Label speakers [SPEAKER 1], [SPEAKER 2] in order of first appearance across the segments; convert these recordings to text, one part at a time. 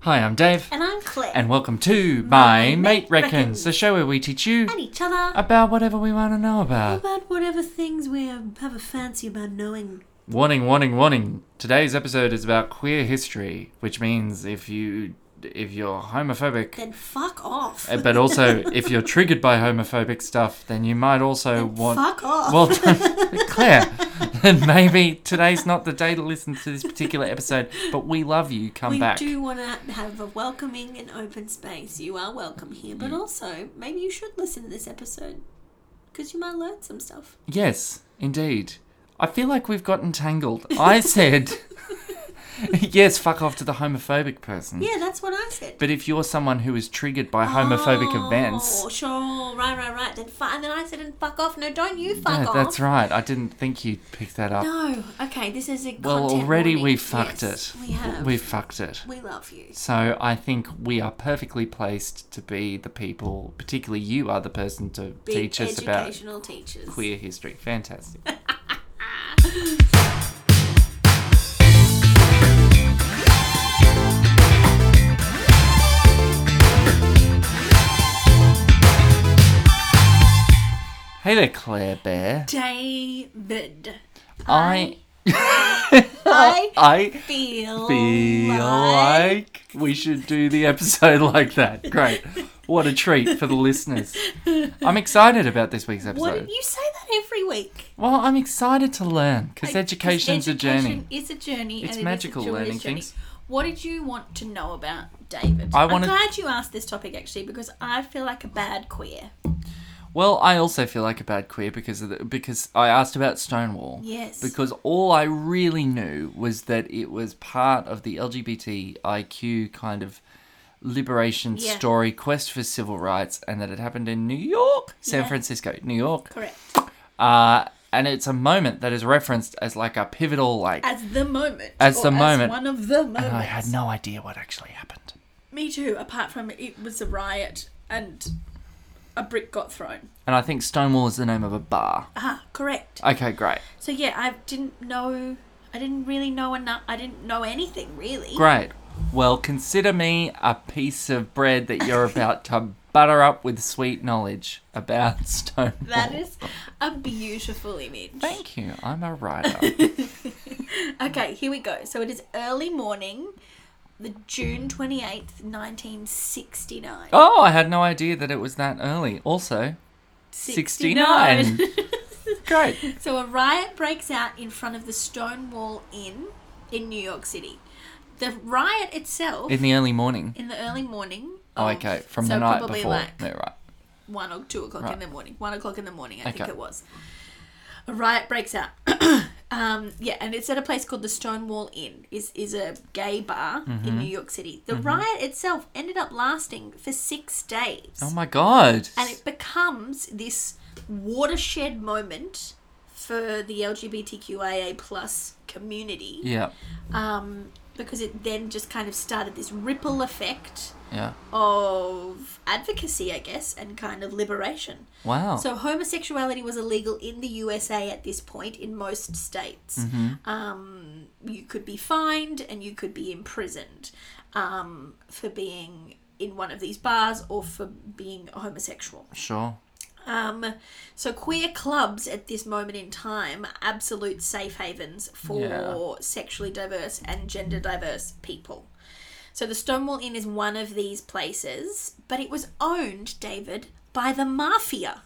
[SPEAKER 1] Hi, I'm Dave,
[SPEAKER 2] And I'm Claire.
[SPEAKER 1] and welcome to My
[SPEAKER 2] My
[SPEAKER 1] Mate
[SPEAKER 2] Mate
[SPEAKER 1] Reckons,
[SPEAKER 2] Reckons.
[SPEAKER 1] the show where we teach you
[SPEAKER 2] and each other.
[SPEAKER 1] about whatever we want to know about.
[SPEAKER 2] about whatever things we um, have a fancy about knowing.
[SPEAKER 1] Warning, warning, warning. Today's episode is about queer history, which means if you if you're homophobic,
[SPEAKER 2] Then fuck off.
[SPEAKER 1] uh, but also if you're triggered by homophobic stuff, then you might also
[SPEAKER 2] Then
[SPEAKER 1] want
[SPEAKER 2] fuck off.
[SPEAKER 1] Well, Claire, then maybe today's not the day to listen to this particular episode, but we love you. Come
[SPEAKER 2] we
[SPEAKER 1] back.
[SPEAKER 2] do want to have a welcoming and open space. You are welcome here,
[SPEAKER 1] Mm.
[SPEAKER 2] but also maybe you should listen to this episode because you might learn some stuff.
[SPEAKER 1] Yes, indeed. I feel like we've gotten tangled. I said, yes, fuck off to the homophobic person.
[SPEAKER 2] Yeah, that's what I said.
[SPEAKER 1] But if you're someone who is triggered by homophobic events,
[SPEAKER 2] Oh, sure, right, right, right. Then fuck, and then I said, and fuck off. No, don't you fuck
[SPEAKER 1] yeah,
[SPEAKER 2] off.
[SPEAKER 1] that's right. I didn't think you'd pick that up.
[SPEAKER 2] No, okay, this is a
[SPEAKER 1] well,
[SPEAKER 2] content
[SPEAKER 1] already
[SPEAKER 2] warning.
[SPEAKER 1] we fucked
[SPEAKER 2] Yes,
[SPEAKER 1] it.
[SPEAKER 2] We have.
[SPEAKER 1] We've fucked it.
[SPEAKER 2] we love you.
[SPEAKER 1] So I think we are perfectly placed to be the people, particularly you are the person to
[SPEAKER 2] Big
[SPEAKER 1] teach us about
[SPEAKER 2] educational teachers.
[SPEAKER 1] queer history. Fantastic. hey there, Claire Bear.
[SPEAKER 2] David.
[SPEAKER 1] I
[SPEAKER 2] I
[SPEAKER 1] I
[SPEAKER 2] feel,
[SPEAKER 1] feel
[SPEAKER 2] like
[SPEAKER 1] like we should do the episode like that. Great. What a treat for the listeners. I'm excited about this week's episode.
[SPEAKER 2] What you say that every week?
[SPEAKER 1] Well, I'm excited to learn because
[SPEAKER 2] Like, 'cause
[SPEAKER 1] education's a journey.
[SPEAKER 2] education Is a
[SPEAKER 1] It's
[SPEAKER 2] journey. and it is a
[SPEAKER 1] magical
[SPEAKER 2] journey's
[SPEAKER 1] learning
[SPEAKER 2] journey.
[SPEAKER 1] things.
[SPEAKER 2] What did you want to know about David?
[SPEAKER 1] I
[SPEAKER 2] I'm
[SPEAKER 1] wanted-
[SPEAKER 2] glad you asked this topic actually because I feel like a bad queer.
[SPEAKER 1] Well, I also feel like a bad queer because of the, because I asked about Stonewall.
[SPEAKER 2] Yes.
[SPEAKER 1] Because all I really knew was that it was part of the LGBTIQ kind of liberation
[SPEAKER 2] Yeah.
[SPEAKER 1] story quest for civil rights and that it happened in New York, San
[SPEAKER 2] Yeah.
[SPEAKER 1] Francisco, New York.
[SPEAKER 2] Correct.
[SPEAKER 1] Uh, and it's a moment that is referenced as like a pivotal like
[SPEAKER 2] As the moment.
[SPEAKER 1] As
[SPEAKER 2] or
[SPEAKER 1] the moment.
[SPEAKER 2] One of the moments.
[SPEAKER 1] and I had no idea what actually happened.
[SPEAKER 2] Me too. Apart from it was a riot and a brick got thrown.
[SPEAKER 1] And I think Stonewall is the name of a bar.
[SPEAKER 2] Ah, correct.
[SPEAKER 1] Okay, great.
[SPEAKER 2] So yeah, I didn't know. I didn't really know enough. I didn't know anything really.
[SPEAKER 1] Great. Well, consider me a piece of bread that you're about to butter up with sweet knowledge about Stonewall.
[SPEAKER 2] That is a beautiful image.
[SPEAKER 1] Thank you. I'm a writer.
[SPEAKER 2] Okay, here we go. So it is early morning, the June twenty eighth, nineteen sixty nine.
[SPEAKER 1] oh, I had no idea that it was that early. Also, 69. great.
[SPEAKER 2] so a riot breaks out in front of the Stonewall Inn in New York City. The riot itself
[SPEAKER 1] In the early morning.
[SPEAKER 2] in the early morning.
[SPEAKER 1] Oh,
[SPEAKER 2] of-
[SPEAKER 1] okay. From
[SPEAKER 2] so
[SPEAKER 1] the night
[SPEAKER 2] probably
[SPEAKER 1] before.
[SPEAKER 2] like
[SPEAKER 1] Yeah, right.
[SPEAKER 2] one or two o'clock
[SPEAKER 1] Right.
[SPEAKER 2] in the morning. One o'clock in the morning, I think
[SPEAKER 1] Okay.
[SPEAKER 2] it was. A riot breaks out. um, yeah, and it's at a place called the Stonewall Inn. is is a gay bar
[SPEAKER 1] Mm-hmm.
[SPEAKER 2] in New York City. The riot itself ended up lasting for six days,
[SPEAKER 1] Oh my god.
[SPEAKER 2] and it becomes this watershed moment for the LGBTQIA plus community.
[SPEAKER 1] yeah.
[SPEAKER 2] Um, because it then just kind of started this ripple effect
[SPEAKER 1] Yeah.
[SPEAKER 2] of advocacy, I guess, and kind of liberation.
[SPEAKER 1] Wow.
[SPEAKER 2] So homosexuality was illegal in the USA at this point in most states. Um, you could be fined and you could be imprisoned um, for being in one of these bars or for being homosexual.
[SPEAKER 1] sure.
[SPEAKER 2] Um, so queer clubs at this moment in time are absolute safe havens for
[SPEAKER 1] Yeah.
[SPEAKER 2] sexually diverse and gender diverse people. So the Stonewall Inn is one of these places, but it was owned, David, by the mafia.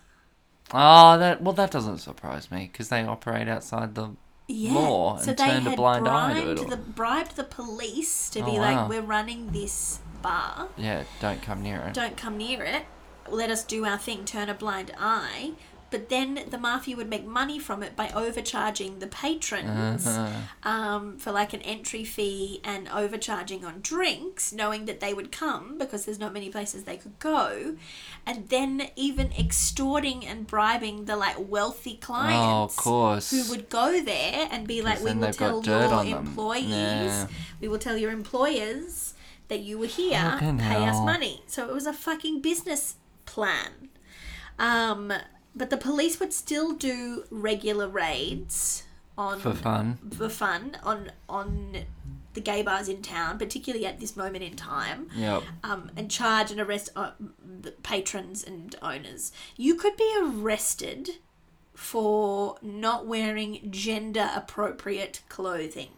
[SPEAKER 1] Ah, that well, that doesn't surprise me because they operate outside the.
[SPEAKER 2] Yeah.
[SPEAKER 1] Law
[SPEAKER 2] so
[SPEAKER 1] and
[SPEAKER 2] they
[SPEAKER 1] turned a
[SPEAKER 2] had
[SPEAKER 1] blind eye to it
[SPEAKER 2] bribed
[SPEAKER 1] all.
[SPEAKER 2] the bribed the police to
[SPEAKER 1] Oh,
[SPEAKER 2] be
[SPEAKER 1] wow.
[SPEAKER 2] like, We're running this bar.
[SPEAKER 1] Yeah, don't come near it.
[SPEAKER 2] don't come near it. Let us do our thing, turn a blind eye. But then the mafia would make money from it by overcharging the patrons
[SPEAKER 1] Uh-huh.
[SPEAKER 2] um, for like an entry fee and overcharging on drinks, knowing that they would come because there's not many places they could go. And then even extorting and bribing the like wealthy
[SPEAKER 1] Oh,
[SPEAKER 2] clients
[SPEAKER 1] of course.
[SPEAKER 2] who would go there and be like, "We
[SPEAKER 1] then
[SPEAKER 2] will
[SPEAKER 1] they've got
[SPEAKER 2] tell
[SPEAKER 1] dirt
[SPEAKER 2] your
[SPEAKER 1] on them."
[SPEAKER 2] employees,
[SPEAKER 1] Yeah.
[SPEAKER 2] we will tell your employers that you were here,
[SPEAKER 1] Fucking
[SPEAKER 2] pay us
[SPEAKER 1] hell.
[SPEAKER 2] money." So it was a fucking business plan. Um, but the police would still do regular raids on
[SPEAKER 1] for fun.
[SPEAKER 2] for fun on on the gay bars in town, particularly at this moment in time,
[SPEAKER 1] Yep.
[SPEAKER 2] um, and charge and arrest uh, the patrons and owners. You could be arrested for not wearing gender appropriate clothing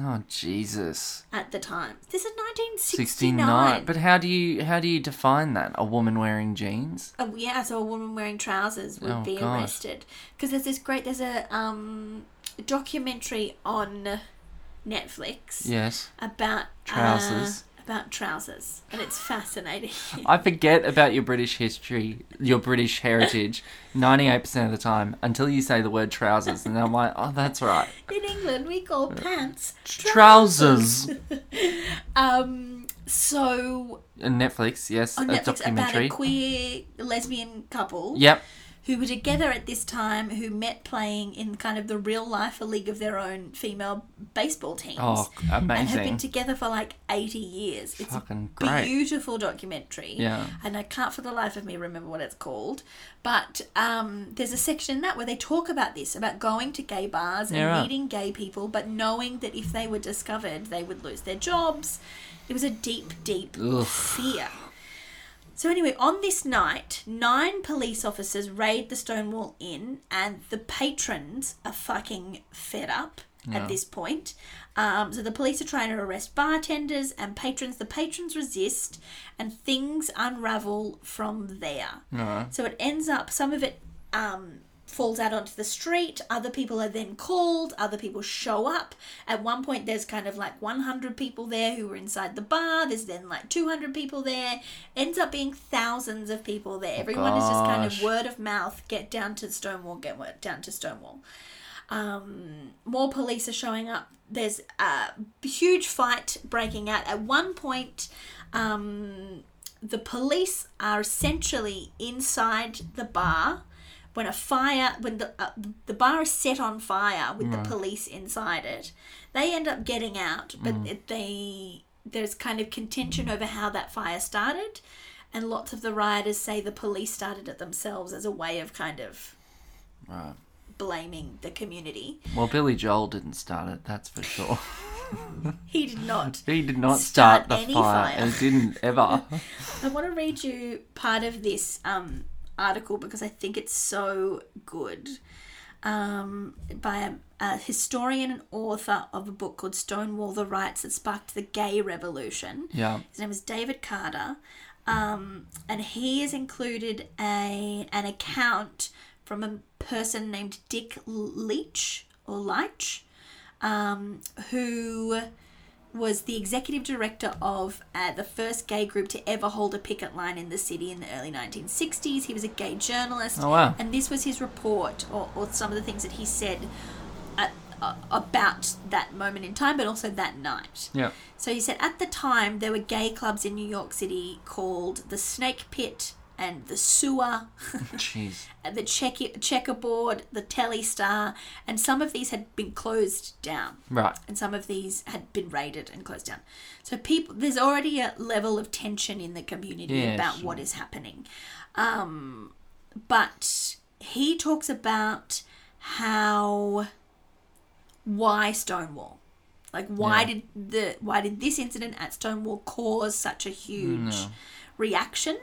[SPEAKER 1] Oh Jesus.
[SPEAKER 2] at the time. This is 1969.
[SPEAKER 1] Sixty-nine. But how do you how do you define that? A woman wearing jeans?
[SPEAKER 2] Oh, yeah, so a woman wearing trousers would
[SPEAKER 1] Oh,
[SPEAKER 2] be
[SPEAKER 1] God.
[SPEAKER 2] arrested because there's this great there's a um documentary on Netflix
[SPEAKER 1] Yes.
[SPEAKER 2] about uh,
[SPEAKER 1] Trousers.
[SPEAKER 2] about trousers, and it's fascinating.
[SPEAKER 1] I forget about your British history, your British heritage, ninety-eight percent of the time until you say the word trousers, and I'm like, oh, that's right.
[SPEAKER 2] In England, we call pants
[SPEAKER 1] Trousers.
[SPEAKER 2] Um, so
[SPEAKER 1] And Netflix, yes,
[SPEAKER 2] on
[SPEAKER 1] a
[SPEAKER 2] Netflix about
[SPEAKER 1] documentary.
[SPEAKER 2] a queer lesbian couple
[SPEAKER 1] Yep.
[SPEAKER 2] who were together at this time who met playing in kind of the real life a league of their own female baseball teams.
[SPEAKER 1] Oh,
[SPEAKER 2] and have been
[SPEAKER 1] amazing.
[SPEAKER 2] together for like 80 years. It's
[SPEAKER 1] Fucking
[SPEAKER 2] a
[SPEAKER 1] great.
[SPEAKER 2] beautiful documentary.
[SPEAKER 1] Yeah.
[SPEAKER 2] And I can't for the life of me remember what it's called. But um, there's a section in that where they talk about this about going to gay bars and
[SPEAKER 1] Yeah, right.
[SPEAKER 2] meeting gay people, but knowing that if they were discovered, they would lose their jobs. It was a deep, deep
[SPEAKER 1] Ugh.
[SPEAKER 2] fear. So, anyway, on this night, nine police officers raid the Stonewall Inn, and the patrons are fucking fed up
[SPEAKER 1] Yeah.
[SPEAKER 2] at this point. Um, so, the police are trying to arrest bartenders and patrons. The patrons resist, and things unravel from there.
[SPEAKER 1] Alright.
[SPEAKER 2] So, it ends up, some of it um, falls out onto the street. Other people are then called. Other people show up. At one point, there's kind of like 100 people there who were inside the bar. There's then like 200 people there. Ends up being thousands of people there. Everyone is just kind of
[SPEAKER 1] gosh.
[SPEAKER 2] word of mouth. Get down to Stonewall. Get wo- down to Stonewall. Um, more police are showing up. There's a huge fight breaking out. At one point, um, the police are essentially inside the bar when a fire when the uh, the bar is set on fire with the police inside it they end up getting out but it, they there's kind of contention over how that fire started and lots of the rioters say the police started it themselves as a way of kind of
[SPEAKER 1] Right.
[SPEAKER 2] blaming the community
[SPEAKER 1] Well, Billy Joel didn't start it, that's for sure.
[SPEAKER 2] he did not
[SPEAKER 1] He did not
[SPEAKER 2] Start
[SPEAKER 1] start, the
[SPEAKER 2] any
[SPEAKER 1] fire,
[SPEAKER 2] fire.
[SPEAKER 1] and didn't ever.
[SPEAKER 2] I want to read you part of this um, article because I think it's so good. Um, by a, a historian and author of a book called Stonewall the Riots That Sparked the Gay Revolution.
[SPEAKER 1] yeah.
[SPEAKER 2] His name is David Carter, um, and he has included a an account from a person named Dick Leach or Leitch, um, who was the executive director of uh, the first gay group to ever hold a picket line in the city in the early 1960s. He was a gay journalist,
[SPEAKER 1] Oh, wow.
[SPEAKER 2] and this was his report or, or some of the things that he said. At, uh, about that moment in time, but also that night.
[SPEAKER 1] Yeah.
[SPEAKER 2] So he said at the time there were gay clubs in New York City called the Snake Pit and the Sewer,
[SPEAKER 1] Jeez.
[SPEAKER 2] and the check- Checkerboard, the Telly Star, and some of these had been closed down
[SPEAKER 1] Right.
[SPEAKER 2] and some of these had been raided and closed down. So people, there's already a level of tension in the community
[SPEAKER 1] Yeah,
[SPEAKER 2] about
[SPEAKER 1] sure.
[SPEAKER 2] what is happening. Um, but he talks about how why Stonewall, like why
[SPEAKER 1] Yeah.
[SPEAKER 2] did the why did this incident at Stonewall cause such a huge reaction?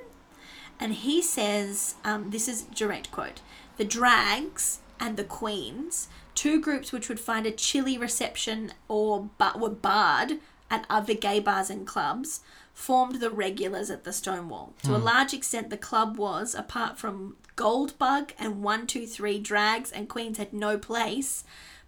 [SPEAKER 2] And he says, um, this is direct quote the drags and the queens, two groups which would find a chilly reception or but were barred at other gay bars and clubs, formed the regulars at the Stonewall. To a large extent, the club was, apart from Goldbug and 123 drags and queens, had no place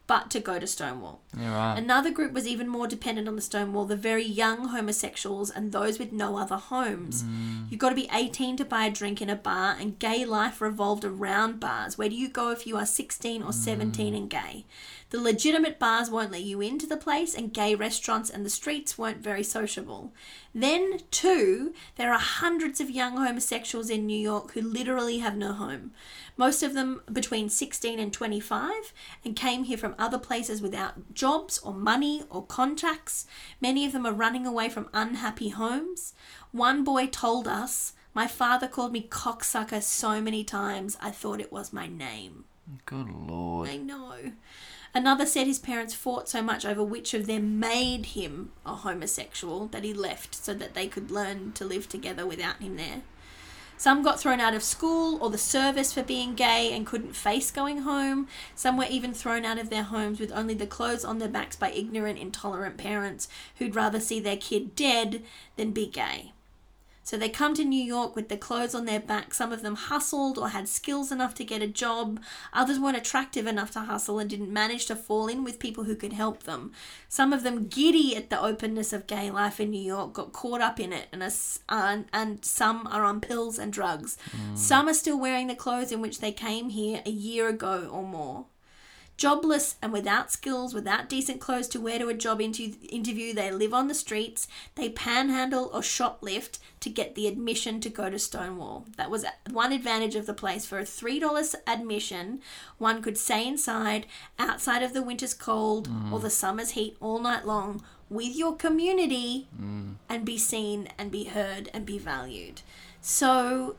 [SPEAKER 2] but to go to Stonewall.
[SPEAKER 1] You're right.
[SPEAKER 2] Another group was even more dependent on the Stonewall, the very young homosexuals and those with no other homes. You've got to be 18 to buy a drink in a bar, and gay life revolved around bars. Where do you go if you are 16 or 17 and gay? The legitimate bars won't let you into the place, and gay restaurants and the streets weren't very sociable. Then, too, there are hundreds of young homosexuals in New York who literally have no home. Most of them between 16 and 25 and came here from other places without jobs or money or contacts. Many of them are running away from unhappy homes. One boy told us, My father called me cocksucker so many times I thought it was my name.
[SPEAKER 1] Good lord.
[SPEAKER 2] I know. Another said his parents fought so much over which of them made him a homosexual that he left so that they could learn to live together without him there. Some got thrown out of school or the service for being gay and couldn't face going home. Some were even thrown out of their homes with only the clothes on their backs by ignorant, intolerant parents who'd rather see their kid dead than be gay. So they come to New York with the clothes on their back. Some of them hustled or had skills enough to get a job. Others weren't attractive enough to hustle and didn't manage to fall in with people who could help them. Some of them, giddy at the openness of gay life in New York, got caught up in it, and, as, and, and some are on pills and drugs. Some are still wearing the clothes in which they came here a year ago or more. Jobless and without skills, without decent clothes to wear to a job into, interview, they live on the streets, they panhandle or shoplift to get the admission to go to Stonewall. That was one advantage of the place. For a $3 admission, one could stay inside, outside of the winter's cold or the summer's heat all night long with your community and be seen and be heard and be valued. So,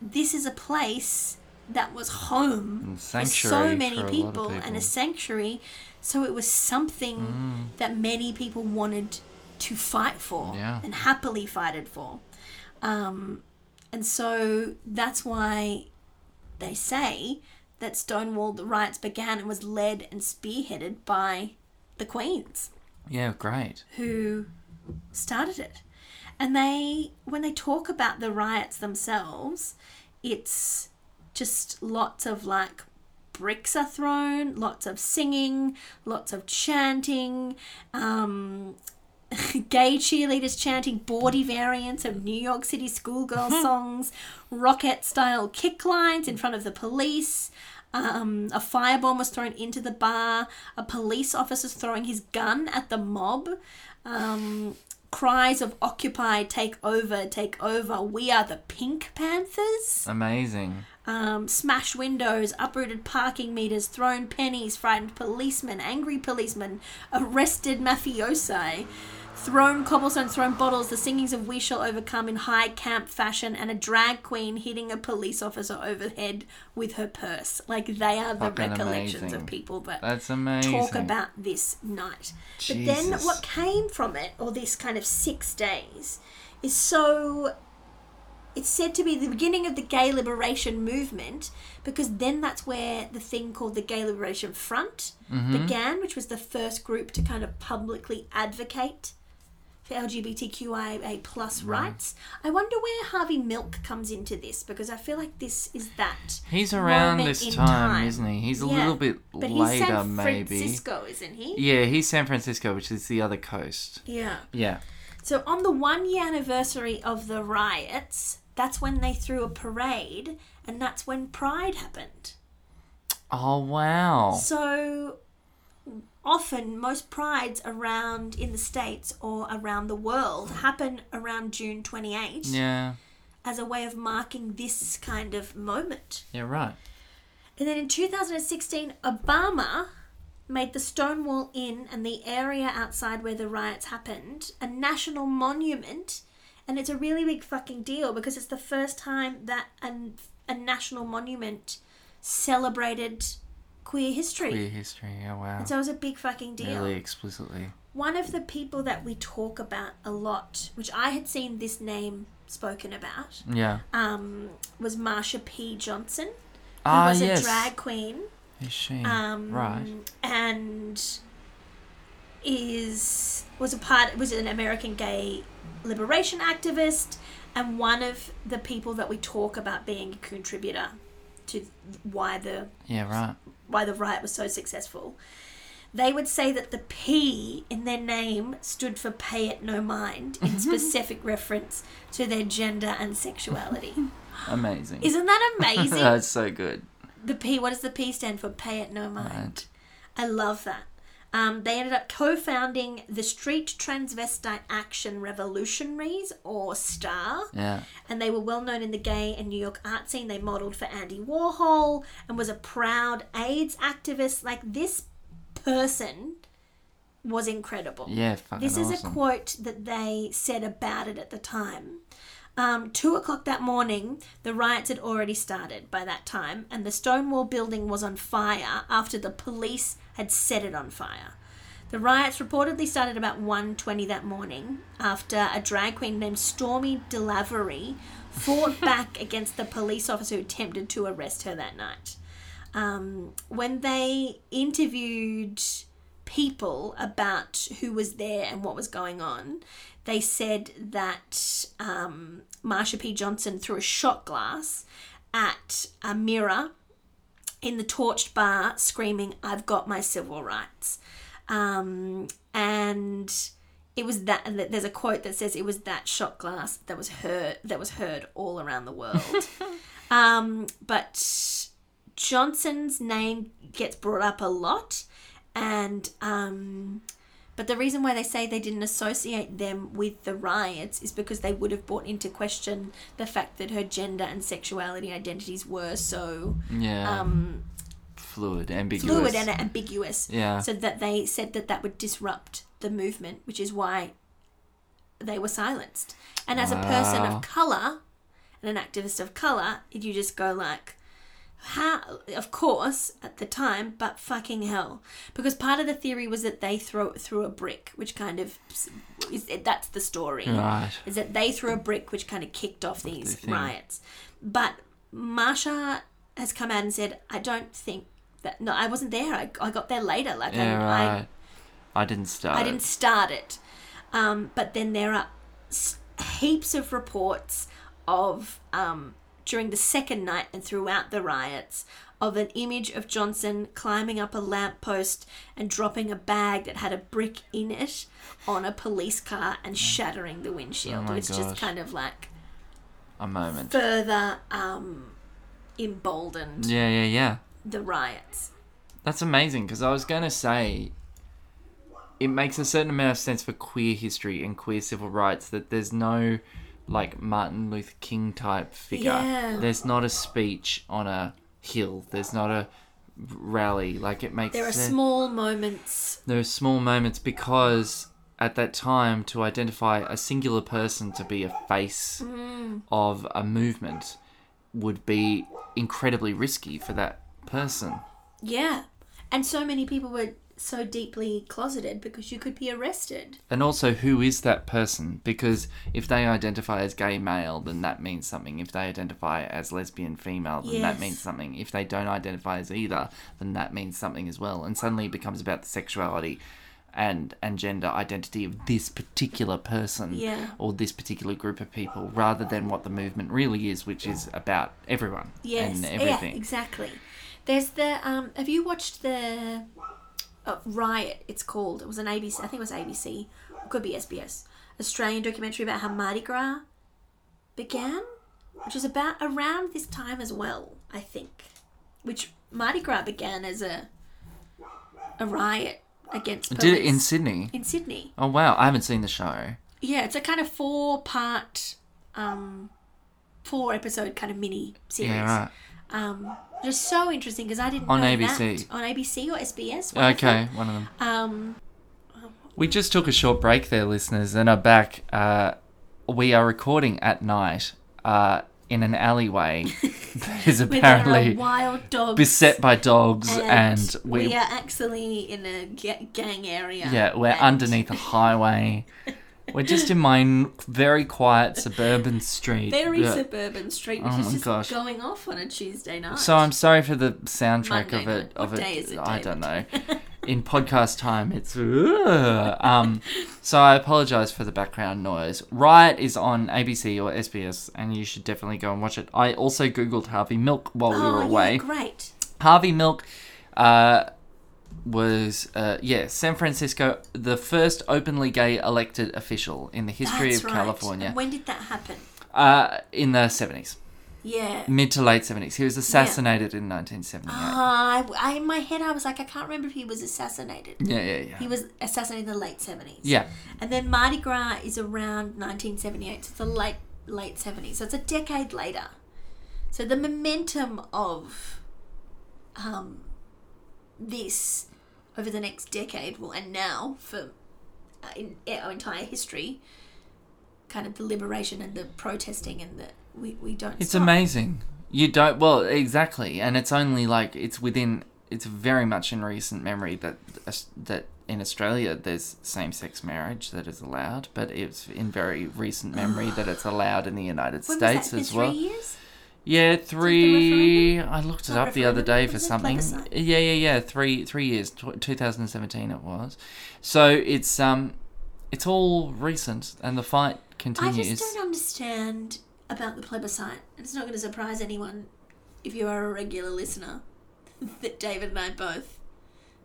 [SPEAKER 2] this is a place that was home for
[SPEAKER 1] sanctuary
[SPEAKER 2] so many
[SPEAKER 1] for a lot of
[SPEAKER 2] people, and
[SPEAKER 1] people. Mm.
[SPEAKER 2] a sanctuary. So it was something that many people wanted to fight for
[SPEAKER 1] Yeah.
[SPEAKER 2] and happily fighted for. Um, and so that's why they say that Stonewall the riots began and was led and spearheaded by the Queens
[SPEAKER 1] Yeah, great.
[SPEAKER 2] who started it. And they, when they talk about the riots themselves, it's just lots of like bricks are thrown, lots of singing, lots of chanting, um, gay cheerleaders chanting bawdy variants of New York City schoolgirl songs, rocket style kick lines in front of the police. Um, a firebomb was thrown into the bar. A police officer throwing his gun at the mob. Um, cries of "Occupy! Take over! Take over! We are the Pink Panthers."
[SPEAKER 1] Amazing.
[SPEAKER 2] um, smashed windows, uprooted parking meters, thrown pennies, frightened policemen, angry policemen, arrested mafiosi, thrown cobblestones, thrown bottles, the singings of We Shall Overcome in high camp fashion, and a drag queen hitting a police officer overhead with her purse. Like, they are the
[SPEAKER 1] Fucking
[SPEAKER 2] recollections
[SPEAKER 1] amazing.
[SPEAKER 2] of people that
[SPEAKER 1] That's amazing.
[SPEAKER 2] talk about this night. But then
[SPEAKER 1] Jesus.
[SPEAKER 2] what came from it, or this kind of six days, is so. It's said to be the beginning of the gay liberation movement because then that's where the thing called the Gay Liberation Front
[SPEAKER 1] Mm-hmm.
[SPEAKER 2] began, which was the first group to kind of publicly advocate for LGBTQIA plus rights. I wonder where Harvey Milk comes into this because I feel like this is that.
[SPEAKER 1] He's around
[SPEAKER 2] moment
[SPEAKER 1] this
[SPEAKER 2] in
[SPEAKER 1] time, isn't he? He's a
[SPEAKER 2] Yeah.
[SPEAKER 1] little bit
[SPEAKER 2] But he's
[SPEAKER 1] later,
[SPEAKER 2] San
[SPEAKER 1] maybe.
[SPEAKER 2] Francisco, isn't he?
[SPEAKER 1] Yeah, he's San Francisco, which is the other coast.
[SPEAKER 2] Yeah.
[SPEAKER 1] Yeah.
[SPEAKER 2] So on the one year anniversary of the riots, that's when they threw a parade, and that's when Pride happened.
[SPEAKER 1] Oh wow.
[SPEAKER 2] So often, most prides around in the States or around the world happen around June 28
[SPEAKER 1] Yeah.
[SPEAKER 2] as a way of marking this kind of moment.
[SPEAKER 1] Yeah. Right.
[SPEAKER 2] And then in 2016, Obama made the Stonewall Inn and the area outside where the riots happened a national monument. And it's a really big fucking deal because it's the first time that an, a national monument celebrated queer history.
[SPEAKER 1] Queer history. Oh wow.
[SPEAKER 2] So it was a big fucking deal.
[SPEAKER 1] Really explicitly.
[SPEAKER 2] One of the people that we talk about a lot, which I had seen this name spoken about,
[SPEAKER 1] Yeah.
[SPEAKER 2] um, was Marsha P. Johnson, who
[SPEAKER 1] Ah
[SPEAKER 2] was
[SPEAKER 1] yes.
[SPEAKER 2] a drag queen.
[SPEAKER 1] Is she?
[SPEAKER 2] um,
[SPEAKER 1] right.
[SPEAKER 2] and is was a part was an American gay liberation activist and one of the people that we talk about being a contributor to why the
[SPEAKER 1] Yeah. Right.
[SPEAKER 2] why the riot was so successful. They would say that the P in their name stood for pay it no mind in specific reference to their gender and sexuality.
[SPEAKER 1] Amazing.
[SPEAKER 2] Isn't that amazing?
[SPEAKER 1] That's so good.
[SPEAKER 2] The P. What does the P stand for? Pay it no mind. I love that. Um, they ended up co-founding the Street Transvestite Action Revolutionaries, or STAR,
[SPEAKER 1] Yeah.
[SPEAKER 2] and they were well known in the gay and New York art scene. They modeled for Andy Warhol and was a proud AIDS activist. Like this person was incredible.
[SPEAKER 1] Yeah. Fucking
[SPEAKER 2] This is
[SPEAKER 1] awesome.
[SPEAKER 2] a quote that they said about it at the time. Um, two o'clock that morning, the riots had already started by that time, and the Stonewall building was on fire after the police had set it on fire. The riots reportedly started about 1.20 that morning after a drag queen named Stormy Delavery fought back against the police officer who attempted to arrest her that night. Um, when they interviewed people about who was there and what was going on, they said that um, Marsha P. Johnson threw a shot glass at a mirror in the torched bar, screaming, I've got my civil rights. Um, and it was that and th- there's a quote that says it was that shot glass that was heard that was heard all around the world um, but johnson's name gets brought up a lot and um, but the reason why they say they didn't associate them with the riots is because they would have brought into question the fact that her gender and sexuality identities were so
[SPEAKER 1] Yeah.
[SPEAKER 2] um,
[SPEAKER 1] fluid, ambiguous.
[SPEAKER 2] fluid and ambiguous
[SPEAKER 1] yeah.
[SPEAKER 2] so that they said that that would disrupt the movement, which is why they were silenced. And as a person
[SPEAKER 1] Wow.
[SPEAKER 2] of color and an activist of color, you just go like, how? Of course, at the time, but fucking hell, because part of the theory was that they throw threw a brick, which kind of is that's the story
[SPEAKER 1] right.
[SPEAKER 2] is that they threw a brick which kind of kicked off these
[SPEAKER 1] thing.
[SPEAKER 2] riots. But Marsha has come out and said, I don't think that, no, I wasn't there. I, I got there later. Like, I-
[SPEAKER 1] Yeah.
[SPEAKER 2] I,
[SPEAKER 1] Right. I, didn't start.
[SPEAKER 2] I
[SPEAKER 1] it.
[SPEAKER 2] didn't start it. Um, but then there are s- heaps of reports of um, during the second night and throughout the riots of an image of Johnson climbing up a lamppost and dropping a bag that had a brick in it on a police car and shattering the windshield.
[SPEAKER 1] Mm. Oh my
[SPEAKER 2] it's just
[SPEAKER 1] gosh.
[SPEAKER 2] kind of like
[SPEAKER 1] A moment.
[SPEAKER 2] further um, emboldened
[SPEAKER 1] Yeah. Yeah. Yeah.
[SPEAKER 2] the riots.
[SPEAKER 1] That's amazing because I was going to say it makes a certain amount of sense for queer history and queer civil rights that there's no like Martin Luther King type figure.
[SPEAKER 2] Yeah.
[SPEAKER 1] There's not a speech on a hill. There's not a rally. Like it makes
[SPEAKER 2] There are
[SPEAKER 1] sense.
[SPEAKER 2] small moments.
[SPEAKER 1] those small moments because at that time to identify a singular person to be a face of a movement would be incredibly risky for that person.
[SPEAKER 2] Yeah. And so many people were so deeply closeted because you could be arrested.
[SPEAKER 1] And also, who is that person? Because if they identify as gay male, then that means something. If they identify as lesbian female, then
[SPEAKER 2] Yes.
[SPEAKER 1] that means something. If they don't identify as either, then that means something as well. And suddenly it becomes about the sexuality and, and gender identity of this particular person
[SPEAKER 2] Yeah.
[SPEAKER 1] or this particular group of people rather than what the movement really is, which is about everyone
[SPEAKER 2] Yes.
[SPEAKER 1] and
[SPEAKER 2] Yeah,
[SPEAKER 1] everything.
[SPEAKER 2] exactly. There's the um have you watched the uh, Riot it's called. It was an ABC, I think it was ABC. It could be SBS. Australian documentary about how Mardi Gras began, which is about around this time as well, I think. Which Mardi Gras began as a a riot against police
[SPEAKER 1] Did it in Sydney?
[SPEAKER 2] in Sydney.
[SPEAKER 1] Oh, wow. I haven't seen the show.
[SPEAKER 2] Yeah, it's a kind of four part, um, four episode kind of mini series.
[SPEAKER 1] Yeah, right.
[SPEAKER 2] Um, just so interesting because I didn't
[SPEAKER 1] On
[SPEAKER 2] know
[SPEAKER 1] ABC.
[SPEAKER 2] that on ABC or SBS. one of
[SPEAKER 1] Okay,
[SPEAKER 2] them.
[SPEAKER 1] one of them.
[SPEAKER 2] Um,
[SPEAKER 1] We just took a short break there, listeners, and are back. Uh, we are recording at night uh, in an alleyway that is
[SPEAKER 2] where there are
[SPEAKER 1] apparently
[SPEAKER 2] wild dogs.
[SPEAKER 1] beset by dogs, and,
[SPEAKER 2] and
[SPEAKER 1] we,
[SPEAKER 2] are actually in a ga- gang area.
[SPEAKER 1] yeah, we're
[SPEAKER 2] and-
[SPEAKER 1] underneath a highway. we're just in my n- very quiet suburban street.
[SPEAKER 2] Very
[SPEAKER 1] Yeah.
[SPEAKER 2] suburban street, which
[SPEAKER 1] Oh
[SPEAKER 2] is
[SPEAKER 1] my
[SPEAKER 2] just
[SPEAKER 1] gosh.
[SPEAKER 2] going off on a Tuesday night.
[SPEAKER 1] So I'm sorry for the soundtrack
[SPEAKER 2] Monday
[SPEAKER 1] of it.
[SPEAKER 2] night.
[SPEAKER 1] Of
[SPEAKER 2] What
[SPEAKER 1] it,
[SPEAKER 2] day is it,
[SPEAKER 1] I don't know. In podcast time, it's um. So I apologize for the background noise. Riot is on ABC or SBS, and you should definitely go and watch it. I also googled Harvey Milk while we
[SPEAKER 2] oh,
[SPEAKER 1] were
[SPEAKER 2] yeah,
[SPEAKER 1] away.
[SPEAKER 2] great.
[SPEAKER 1] Harvey Milk uh, was, uh, yeah, San Francisco, the first openly gay elected official in the history
[SPEAKER 2] That's
[SPEAKER 1] of
[SPEAKER 2] right.
[SPEAKER 1] California
[SPEAKER 2] And when did that happen?
[SPEAKER 1] uh, in the 70s,
[SPEAKER 2] Yeah.
[SPEAKER 1] mid to late 70s. He was assassinated in 1978.
[SPEAKER 2] Ah, I, I, in my head, I was like, I can't remember if he was assassinated.
[SPEAKER 1] Yeah, yeah, yeah.
[SPEAKER 2] He was assassinated in the late 70s.
[SPEAKER 1] yeah,
[SPEAKER 2] And then Mardi Gras is around 1978, so it's the late, late 70s. So it's a decade later. So the momentum of um, this over the e, next decade, well, and now for uh, in, our entire history, kind of the liberation and the protesting and the we, we don't
[SPEAKER 1] It's
[SPEAKER 2] stop.
[SPEAKER 1] amazing. You don't well exactly, and it's only like it's within. It's very much in recent memory that that in Australia there's same-sex marriage that is allowed, but it's in very recent memory that it's allowed in the United
[SPEAKER 2] When was that?
[SPEAKER 1] States
[SPEAKER 2] Been
[SPEAKER 1] as well.
[SPEAKER 2] Three years?
[SPEAKER 1] Yeah, three. I
[SPEAKER 2] referendum?
[SPEAKER 1] looked it
[SPEAKER 2] Not
[SPEAKER 1] up the other
[SPEAKER 2] referendum,
[SPEAKER 1] day for
[SPEAKER 2] was it
[SPEAKER 1] something.
[SPEAKER 2] plebiscite?
[SPEAKER 1] Yeah, yeah, yeah. Three, three years. Tw- 2017 it was. So it's um, it's all recent, and the fight
[SPEAKER 2] I
[SPEAKER 1] continues.
[SPEAKER 2] just don't understand about the plebiscite. It's not going to surprise anyone if you are a regular listener that David and I both.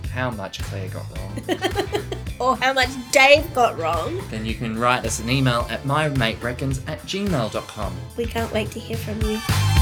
[SPEAKER 1] how much Claire got wrong,
[SPEAKER 2] Or Oh, how much Dave got wrong.
[SPEAKER 1] then you can write us an email at mymatereckons at gmail.com.
[SPEAKER 2] We can't wait to hear from you.